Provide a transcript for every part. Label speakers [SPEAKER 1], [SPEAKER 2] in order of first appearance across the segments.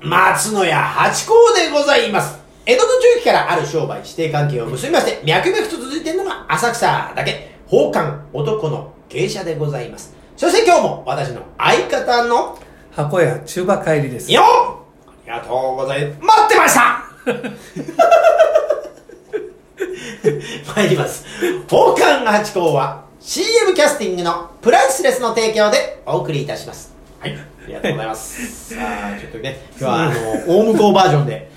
[SPEAKER 1] 松野屋八甲でございます江戸の中期からある商売指定関係を結びまして脈々と続いているのが浅草だけ宝冠男の芸者でございますそして今日も私の相方の
[SPEAKER 2] 箱屋中馬帰りです
[SPEAKER 1] よっありがとうございます待ってました参ります宝冠八甲は CM キャスティングのプライスレスの提供でお送りいたしますはいありがとうございますさあちょっとね今日はあの大向こうバージョンで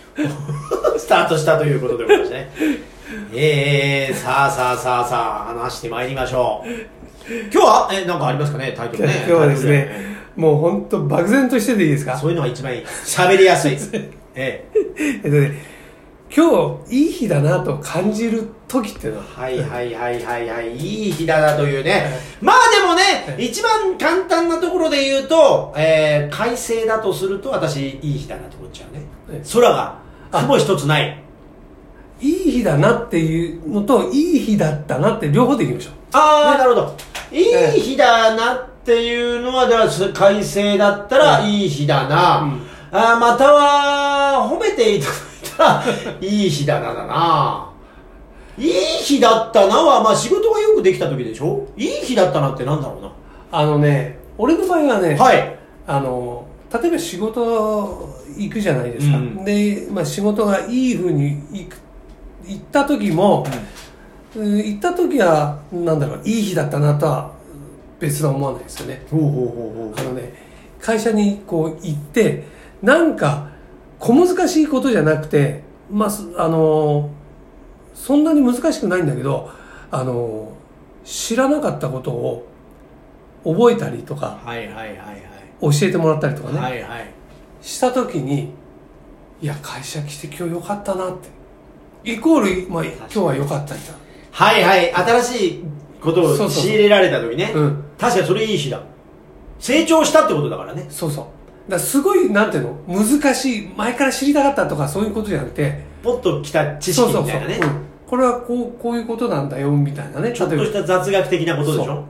[SPEAKER 1] スタートしたということでございましてねえー、さあさあさあさあ話してまいりましょう今日はえなんかありますかねタイトル
[SPEAKER 2] 今
[SPEAKER 1] ね
[SPEAKER 2] 日はです
[SPEAKER 1] タイトル
[SPEAKER 2] ねもう本当漠然としてでいいですか
[SPEAKER 1] そういうのが一番いい喋りやすいです、ええ
[SPEAKER 2] えっとね今日いい日だなと感じる時ってのは
[SPEAKER 1] はいはいはいはいはい、いい日だなというね。まあでもね、一番簡単なところで言うと、えー、快晴だとすると私、いい日だなと思っちゃうね
[SPEAKER 2] え。
[SPEAKER 1] 空が、雲一つない。
[SPEAKER 2] いい日だなっていうのといい日だったなって両方でいきましょう
[SPEAKER 1] ああ、
[SPEAKER 2] ね
[SPEAKER 1] なるほど。いい日だなっていうのは、だからす快晴だったら
[SPEAKER 2] うん
[SPEAKER 1] いい日だな。
[SPEAKER 2] うん
[SPEAKER 1] あーまたは、褒めていただい たら、いい日だなだな。いい日だったなは、まあ仕事がよくできた時でしょいい日だったなってなんだろうな。
[SPEAKER 2] あのね俺の場合はね、
[SPEAKER 1] はい。
[SPEAKER 2] あの例えば仕事行くじゃないですか、
[SPEAKER 1] うん
[SPEAKER 2] で、まあ、仕事がいいふうに行く行った時も、うん行った時はなんだろういい日だったなとは別は思わないですよね
[SPEAKER 1] ほうほうほうほ
[SPEAKER 2] あのね会社にこう行ってなんか小難しいことじゃなくてまあすあのそんなに難しくないんだけどあの知らなかったことを覚えたりとか
[SPEAKER 1] はいはいはいはい。
[SPEAKER 2] 教えてもらったりとかね、
[SPEAKER 1] はいはい。
[SPEAKER 2] した時にいや会社来て今日良かったなってイコール、まあ、今日は良かったんだ
[SPEAKER 1] はいはい。新しいこと
[SPEAKER 2] そうそ
[SPEAKER 1] を
[SPEAKER 2] うそう
[SPEAKER 1] 仕入れられた時ね。
[SPEAKER 2] うん
[SPEAKER 1] 確かにそれいい日だ。成長したってことだからね。
[SPEAKER 2] そうそうだからすごいなんていうの難しい前から知りたかったとかそういうことじゃなくて
[SPEAKER 1] ポッときた知識みたいなね。
[SPEAKER 2] そうそうそううんこれはこうこういうことなんだよみたいなね
[SPEAKER 1] ちょっと
[SPEAKER 2] 例え
[SPEAKER 1] し
[SPEAKER 2] ば
[SPEAKER 1] た雑学的なことでしょ
[SPEAKER 2] そ
[SPEAKER 1] は
[SPEAKER 2] う
[SPEAKER 1] ぁ。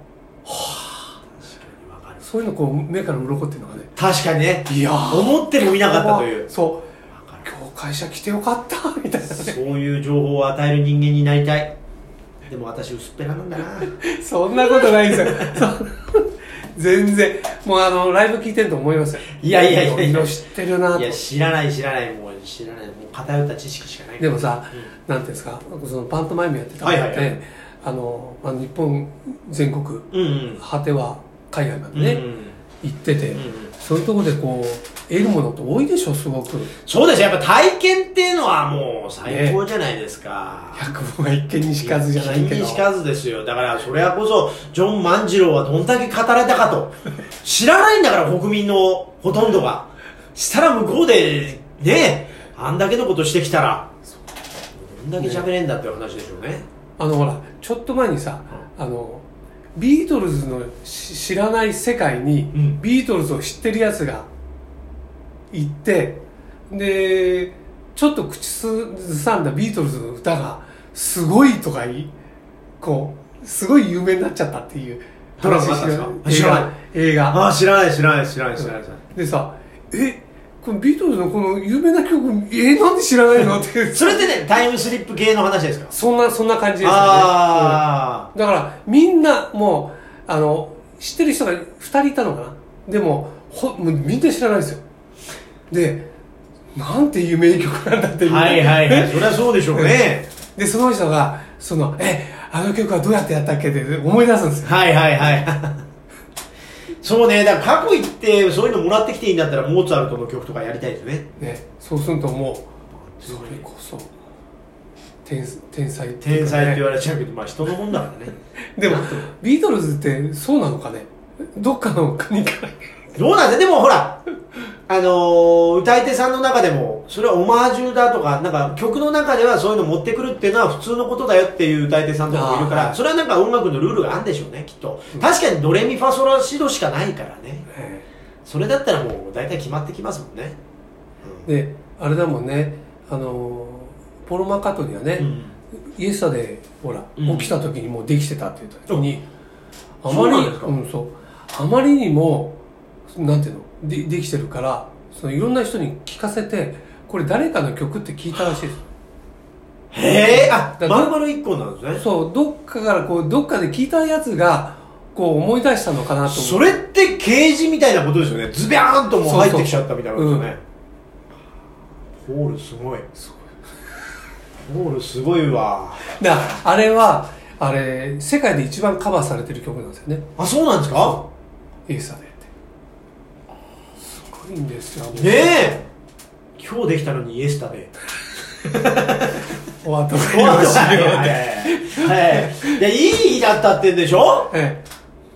[SPEAKER 1] 確かにわかる
[SPEAKER 2] そういうのこう目から鱗っていうのがね
[SPEAKER 1] 確かにね。
[SPEAKER 2] いやー
[SPEAKER 1] 思ってもみなかったという。
[SPEAKER 2] そう
[SPEAKER 1] わかる
[SPEAKER 2] 今日会社来てよかったみたいな
[SPEAKER 1] そういう情報を与える人間になりたい。でも私薄っぺらなんだな。
[SPEAKER 2] そんなことないですよ そう全然もうあのライブ聞いてると思いますよ
[SPEAKER 1] いやいやいやいや
[SPEAKER 2] いろいろ知ってるなと
[SPEAKER 1] いや、知らない知らない。もう知らない。もう偏った知識しかない。
[SPEAKER 2] でもさ、なんていうんですかそのパントマイムやってたのって、
[SPEAKER 1] はいはいはい
[SPEAKER 2] あの、まあ、日本全国
[SPEAKER 1] うんうん。
[SPEAKER 2] 果ては海外までね、
[SPEAKER 1] うんうん
[SPEAKER 2] 行ってて、
[SPEAKER 1] んうん
[SPEAKER 2] そういうところでこう得るものって多いでしょすごく
[SPEAKER 1] そうですよやっぱ体験っていうのはもう最高じゃないですか。
[SPEAKER 2] 百聞は一見にしかずじゃないけ
[SPEAKER 1] 一見
[SPEAKER 2] ど
[SPEAKER 1] にしかずですよ。だから、それはこそ、ジョン万次郎はどんだけ語られたかと。知らないんだから、国民のほとんどが。したら向こうで、ね、あんだけのことしてきたら、どんだけ喋れんだっていう話でしょうね。
[SPEAKER 2] あのほらちょっと前にさあのビートルズのし知らない世界に、
[SPEAKER 1] うん
[SPEAKER 2] ビートルズを知ってるやつが行ってでちょっと口ずさんだビートルズの歌がすごいとかいこうすごい有名になっちゃったっていう
[SPEAKER 1] ドラマがあったんですか
[SPEAKER 2] 知らない映画
[SPEAKER 1] ああ、知らない、知らない、知らない、知らない。
[SPEAKER 2] でさえこのビートルズのこの有名な曲えなんで知らないのって
[SPEAKER 1] それってね、タイムスリップ系の話ですか
[SPEAKER 2] そんなそんな感じですよね
[SPEAKER 1] あ
[SPEAKER 2] だからみんなもうあの知ってる人が2人いたのかなでもほもうみんな知らないですよでなんて有名曲なんだって
[SPEAKER 1] あ、
[SPEAKER 2] みんな
[SPEAKER 1] はいはい はい。そりゃそうでしょうね。
[SPEAKER 2] でその人がその「えあの曲はどうやってやったっけ?」って思い出すんですよ
[SPEAKER 1] はいはい はい。そうね、だから過去行って、そういうのもらってきていいんだったら、モーツァルトの曲とかやりたいですね。
[SPEAKER 2] ねそうするともうそれこそ天天才ってい
[SPEAKER 1] 天
[SPEAKER 2] うかね
[SPEAKER 1] 才って言われちゃうけど、まあ人のもんだからね。
[SPEAKER 2] でもビートルズってそうなのかねどっかの国から
[SPEAKER 1] どうなんだでもほら、あのー歌い手さんの中でも、それはオマージュだとか、なんか曲の中ではそういうの持ってくるっていうのは普通のことだよっていう歌い手さんとかもいるか
[SPEAKER 2] あーは
[SPEAKER 1] ら、
[SPEAKER 2] い
[SPEAKER 1] それはなんか音楽のルールがあるんでしょうね、きっと。確かにドレミファソラシドしかないからね。それだったらもう大体決まってきますもんね。
[SPEAKER 2] であれだもんねあのポロ・マカートニーはね、
[SPEAKER 1] うん
[SPEAKER 2] イエスタでほら、
[SPEAKER 1] うん
[SPEAKER 2] 起きた時にもうできてたって言った時にあ
[SPEAKER 1] そう
[SPEAKER 2] ま
[SPEAKER 1] なん
[SPEAKER 2] り
[SPEAKER 1] ですか
[SPEAKER 2] うんそうあまりにもなんていうのでできてるからそのいろんな人に聞かせてこれ誰かの曲って聞いたらしいです
[SPEAKER 1] へえあ
[SPEAKER 2] だ
[SPEAKER 1] 丸々一個なんですね
[SPEAKER 2] そうどっかからこうどっかで聞いたやつがこう思い出したのかなと
[SPEAKER 1] そ
[SPEAKER 2] 思う
[SPEAKER 1] れってケージみたいなことですよねズビャーンともう入ってきちゃったみたいなことですよねホールすごいホールすごいわ
[SPEAKER 2] だからあれはあれ世界で一番カバーされてる曲なんですよね
[SPEAKER 1] あそうなんですか
[SPEAKER 2] エーサーでってすごいんですよ
[SPEAKER 1] ねえ今日できたのにイエスタで終
[SPEAKER 2] 終わった
[SPEAKER 1] わ った
[SPEAKER 2] 終わった
[SPEAKER 1] はいいやいい日だったってんでしょ
[SPEAKER 2] え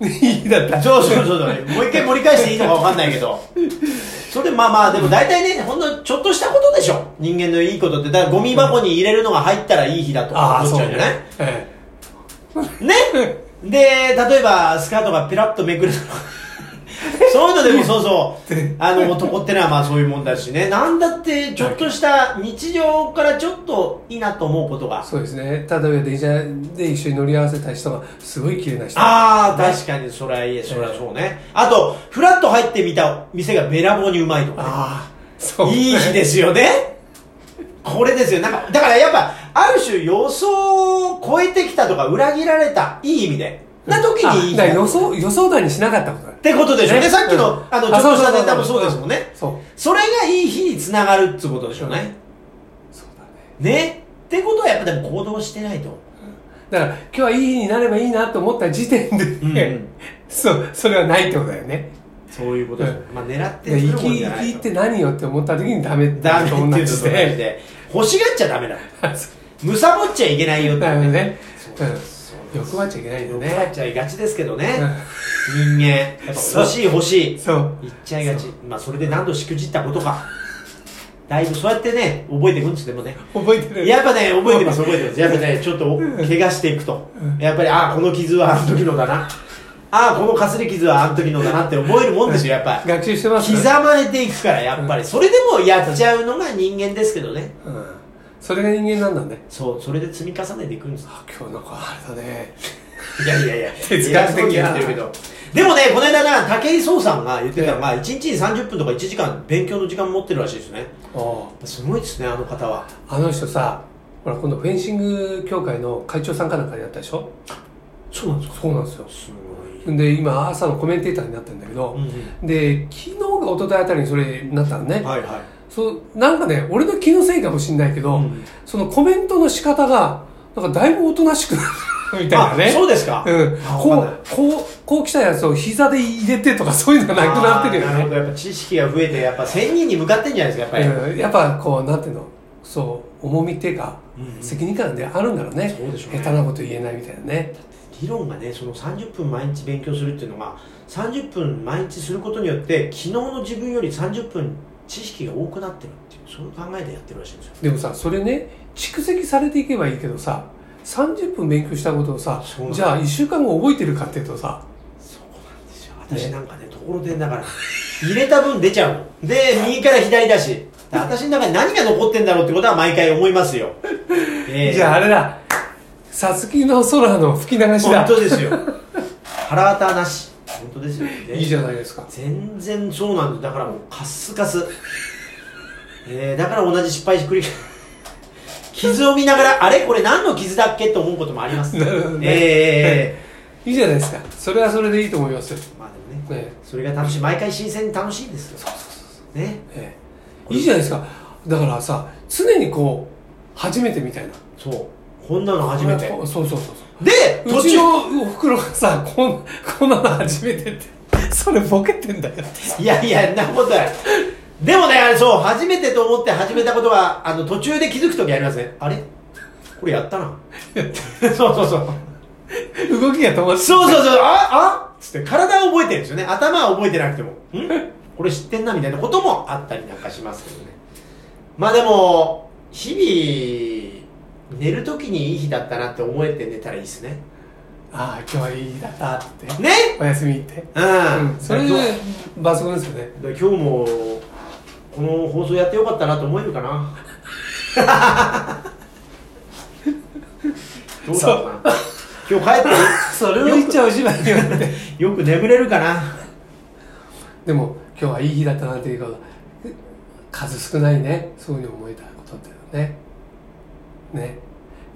[SPEAKER 2] えいいだった
[SPEAKER 1] そうそうそうそうもう一回盛り返していいのかわかんないけどそれまあまあでも大体ねほんのちょっとしたことでしょ人間のいいことってだからゴミ箱に入れるのが入ったらいい日だと
[SPEAKER 2] ああ
[SPEAKER 1] 思っ
[SPEAKER 2] そう
[SPEAKER 1] ちゃうんじゃない
[SPEAKER 2] ねえ
[SPEAKER 1] ねで例えばスカートがピラッとめくると かそういうのでもそうそう あの男ってのはまあそういうもんだしねなんだってちょっとした日常からちょっといいなと思うこと
[SPEAKER 2] え
[SPEAKER 1] が
[SPEAKER 2] そうですね例えば電車で一緒に乗り合わせた人がすごい綺麗な人
[SPEAKER 1] ああ確かにそれはいいそれはそうねあとフラッと入ってみた店がべらぼうにうまいとかね
[SPEAKER 2] ああそう
[SPEAKER 1] いい日ですよねこれですよなんかだからやっぱある種予想を超えてきたとか裏切られたいい意味でな時にいい日
[SPEAKER 2] あ
[SPEAKER 1] だ
[SPEAKER 2] だから予想予想だにしなかったことだ
[SPEAKER 1] ってことでしょうね。
[SPEAKER 2] ね
[SPEAKER 1] さっきの、
[SPEAKER 2] うん
[SPEAKER 1] あの、ちょ
[SPEAKER 2] あ
[SPEAKER 1] っとし
[SPEAKER 2] そうそう
[SPEAKER 1] た
[SPEAKER 2] そう
[SPEAKER 1] ネタもそうですもんね。
[SPEAKER 2] そう
[SPEAKER 1] それがいい日につながるってことでしょうね。
[SPEAKER 2] そうだね
[SPEAKER 1] ね。ってことはやっぱでも行動してないと。
[SPEAKER 2] だから今日はいい日になればいいなと思った時点で、
[SPEAKER 1] んうん
[SPEAKER 2] そうそれはないってことだよね
[SPEAKER 1] そういうことです。まあ狙って
[SPEAKER 2] で
[SPEAKER 1] る
[SPEAKER 2] 生
[SPEAKER 1] もん
[SPEAKER 2] き
[SPEAKER 1] じゃな
[SPEAKER 2] 生
[SPEAKER 1] い
[SPEAKER 2] きっ
[SPEAKER 1] と
[SPEAKER 2] て。何よって思った時にダメ
[SPEAKER 1] ダメっていうのと
[SPEAKER 2] 同
[SPEAKER 1] 同
[SPEAKER 2] じ
[SPEAKER 1] じ
[SPEAKER 2] で
[SPEAKER 1] で。欲しがっちゃダメだ。
[SPEAKER 2] そう
[SPEAKER 1] むさぼっちゃいけないよって
[SPEAKER 2] だよね
[SPEAKER 1] そうです
[SPEAKER 2] うん欲張っちゃいけないよ
[SPEAKER 1] 欲
[SPEAKER 2] ね
[SPEAKER 1] 張っちゃいがちですけどね。人間。やっぱ欲しい欲しい。
[SPEAKER 2] そう
[SPEAKER 1] 言っちゃいがち。まあそれで何度しくじったことか。だいぶそうやってね、覚えていくんですでもね。
[SPEAKER 2] 覚えてる
[SPEAKER 1] やっぱね、覚えてます、覚えてます。やっぱね、ちょっと怪我していくと。やっぱり、ああ、この傷はあの時のだな。ああ、このかすり傷はあの時のだなって覚えるもんですよ、やっぱり。
[SPEAKER 2] 学習してます
[SPEAKER 1] 刻まれていくから、やっぱり。それでもやっちゃうのが人間ですけどね。
[SPEAKER 2] うんそれが人間なんだね
[SPEAKER 1] そう、それで積み重ねていくんです。
[SPEAKER 2] あ今日の子あれだね
[SPEAKER 1] いやいやいや、
[SPEAKER 2] 哲学的
[SPEAKER 1] や
[SPEAKER 2] や
[SPEAKER 1] っ
[SPEAKER 2] な
[SPEAKER 1] てるけど。でもね、この間な、武井壮さんが言ってたのが、1日に30分とか1時間勉強の時間持ってるらしいですね。
[SPEAKER 2] おう
[SPEAKER 1] すごいですね、あの方は。
[SPEAKER 2] あの人さほら今度フェンシング協会の会長さんかなんかやったでしょ
[SPEAKER 1] そうなんですか
[SPEAKER 2] そうなんですよ
[SPEAKER 1] すごい。
[SPEAKER 2] で今朝のコメンテーターになってるんだけど、で昨日が一昨日あたりにそれになったのね、
[SPEAKER 1] はいはい。
[SPEAKER 2] そうなんかね俺の気のせいかもしれないけど、
[SPEAKER 1] うん
[SPEAKER 2] そのコメントの仕方がなんかだいぶおとなしくなるみたいなね
[SPEAKER 1] あそうですか
[SPEAKER 2] うん
[SPEAKER 1] あ、わ
[SPEAKER 2] こ
[SPEAKER 1] かんないう
[SPEAKER 2] こうこう来たやつを膝で入れてとかそういうのがなくなってる
[SPEAKER 1] あーなる
[SPEAKER 2] よ
[SPEAKER 1] ほど
[SPEAKER 2] ね
[SPEAKER 1] やっぱ知識が増えてやっぱ1000人に向かってんじゃないですかやっぱり、
[SPEAKER 2] うん、やっぱこうなんていうのそう重みっていうか、
[SPEAKER 1] うんうん
[SPEAKER 2] 責任感であるんだろうね
[SPEAKER 1] そうでしょうね
[SPEAKER 2] 下手なこと言えないみたいなね
[SPEAKER 1] 議論がねその30分毎日勉強するっていうのが30分毎日することによって昨日の自分より30分知識が多くなってるっていうそういう考えでやってるらしいんですよ
[SPEAKER 2] でもさそれね蓄積されていけばいいけどさ30分勉強したことをさ
[SPEAKER 1] そうなんだ
[SPEAKER 2] じゃあ1週間後覚えてるかっていうとさ
[SPEAKER 1] そうなんですよ
[SPEAKER 2] ね
[SPEAKER 1] 私なんかねところでだから入れた分出ちゃうので右から左だしで私の中に何が残ってんだろうってことは毎回思いますよ、ええ
[SPEAKER 2] じゃああれだ、さつきの空の吹き流しだ。
[SPEAKER 1] 本当ですよ腹渡なし本当ですよ、ね
[SPEAKER 2] いいじゃないですか。
[SPEAKER 1] 全然そうなんですだからもうカッスカス、えー、だから同じ失敗し繰り返傷を見ながらあれこれ何の傷だっけと思うこともあります
[SPEAKER 2] なるほどね
[SPEAKER 1] え
[SPEAKER 2] いいじゃないですか。それはそれでいいと思いますよ。
[SPEAKER 1] ー、まあでもね
[SPEAKER 2] ね
[SPEAKER 1] それが楽しい毎回新鮮に楽しいんですよそうそうそうね
[SPEAKER 2] ええいいじゃないですか。だからさ、常にこう、初めてみたいな。
[SPEAKER 1] そうこんなの初めて
[SPEAKER 2] こうそうそうそう
[SPEAKER 1] で
[SPEAKER 2] そう。
[SPEAKER 1] 途
[SPEAKER 2] うち
[SPEAKER 1] 中
[SPEAKER 2] のお袋がさ、こんこんなの初めてって、それボケてんだよって。
[SPEAKER 1] いやいやんなことないでもねあれそう初めてと思って始めたことはあの途中で気づく時ありますねあれこれやった なそうそうそう
[SPEAKER 2] 動きが止まって。
[SPEAKER 1] そうそうそう、あ、あつって体は覚えてるんですよね。頭は覚えてなくても。んこれ知ってんなみたいなこともあったりなんかしますけどね。まあでも、日々、寝るときにいい日だったなって思えて寝たらいいですね。
[SPEAKER 2] ああ、今日はいい日だったって。
[SPEAKER 1] ね
[SPEAKER 2] お休みって。
[SPEAKER 1] うん。
[SPEAKER 2] うん。それで
[SPEAKER 1] だから
[SPEAKER 2] 抜群ですよね。
[SPEAKER 1] 今日も、この放送やってよかったなと思えるか な。どうだろうな。今日帰って、
[SPEAKER 2] それを言っちゃおしまいよって。
[SPEAKER 1] よく眠れるかな。
[SPEAKER 2] でも今日はいい日だったなっていうこと数少ないねそういうふうに思えたことっていうのはねね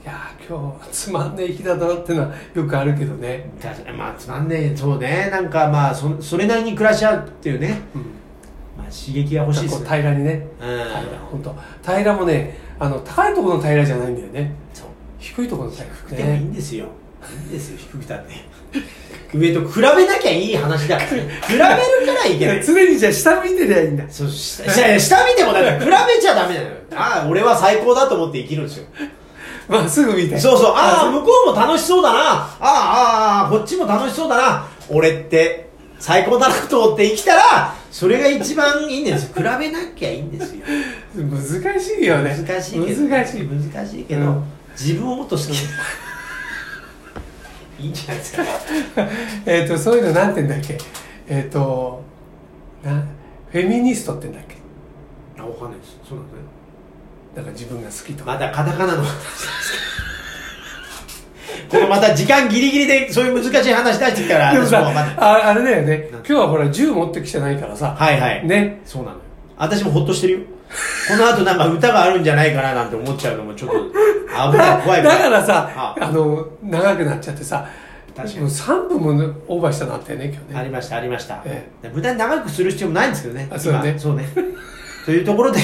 [SPEAKER 2] いやー今日つまんねえ日だなってのはよくあるけどね、
[SPEAKER 1] 確かにまあつまんねえそうねなんかまあそそれなりに暮らし合うっていうね、
[SPEAKER 2] うん、
[SPEAKER 1] まあ、刺激が欲しいです
[SPEAKER 2] こう
[SPEAKER 1] ね
[SPEAKER 2] 平らにね
[SPEAKER 1] うん
[SPEAKER 2] 平ら本当平らもねあの高いところの平らじゃないんだよね
[SPEAKER 1] そう
[SPEAKER 2] 低いところの平ら
[SPEAKER 1] でもいいんですよいいんですよ低くたって上と比べなきゃいい話だからね比べるからいい
[SPEAKER 2] い
[SPEAKER 1] けない
[SPEAKER 2] や常にじゃあ下見てりゃいいんだ
[SPEAKER 1] そう 下下下見てもだから比べちゃダメなのよああ俺は最高だと思って生きるんですよ
[SPEAKER 2] まっすぐ見て
[SPEAKER 1] そうそうああ向こうも楽しそうだなああああこっちも楽しそうだな俺って最高だなと思って生きたらそれが一番いいんですよ比べなきゃいいんですよ
[SPEAKER 2] 難しいよね
[SPEAKER 1] 難しいけど
[SPEAKER 2] 難しい
[SPEAKER 1] 難しいけど、
[SPEAKER 2] うん
[SPEAKER 1] 自分をもっと好き、 いいんじゃないですか
[SPEAKER 2] えっとそういうのなんて言うんだっけえっ、となフェミニストって言うんだっけ
[SPEAKER 1] あわかんないですそうなんですね
[SPEAKER 2] なんか自分が好きとか、
[SPEAKER 1] またカタカナの話ですかこのまた時間ギリギリでそういう難しい話出してきたら
[SPEAKER 2] でも
[SPEAKER 1] 私も
[SPEAKER 2] さ
[SPEAKER 1] また
[SPEAKER 2] ああれだよね
[SPEAKER 1] なん
[SPEAKER 2] 今日はほら銃持ってきてないからさ
[SPEAKER 1] はいはい
[SPEAKER 2] ね
[SPEAKER 1] そうなのよ私もほっとしてるよこの後なんか歌があるんじゃないかななんて思っちゃうのもちょっと危ない怖い
[SPEAKER 2] だからさ
[SPEAKER 1] あ
[SPEAKER 2] あの長くなっちゃってさ
[SPEAKER 1] 確かに
[SPEAKER 2] もう3分もオーバーしたなってね今日ね
[SPEAKER 1] ありましたありました、
[SPEAKER 2] え
[SPEAKER 1] 無駄に長くする必要もないんですけどね
[SPEAKER 2] あそうね
[SPEAKER 1] 今そうねというところで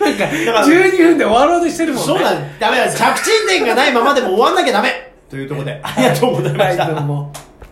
[SPEAKER 2] なんか
[SPEAKER 1] から
[SPEAKER 2] 12分で終わろうとしてるもんね
[SPEAKER 1] そうなんダメだ着地点がないままでも終わんなきゃダメというところでありがとうございまし
[SPEAKER 2] は
[SPEAKER 1] た、
[SPEAKER 2] いどうも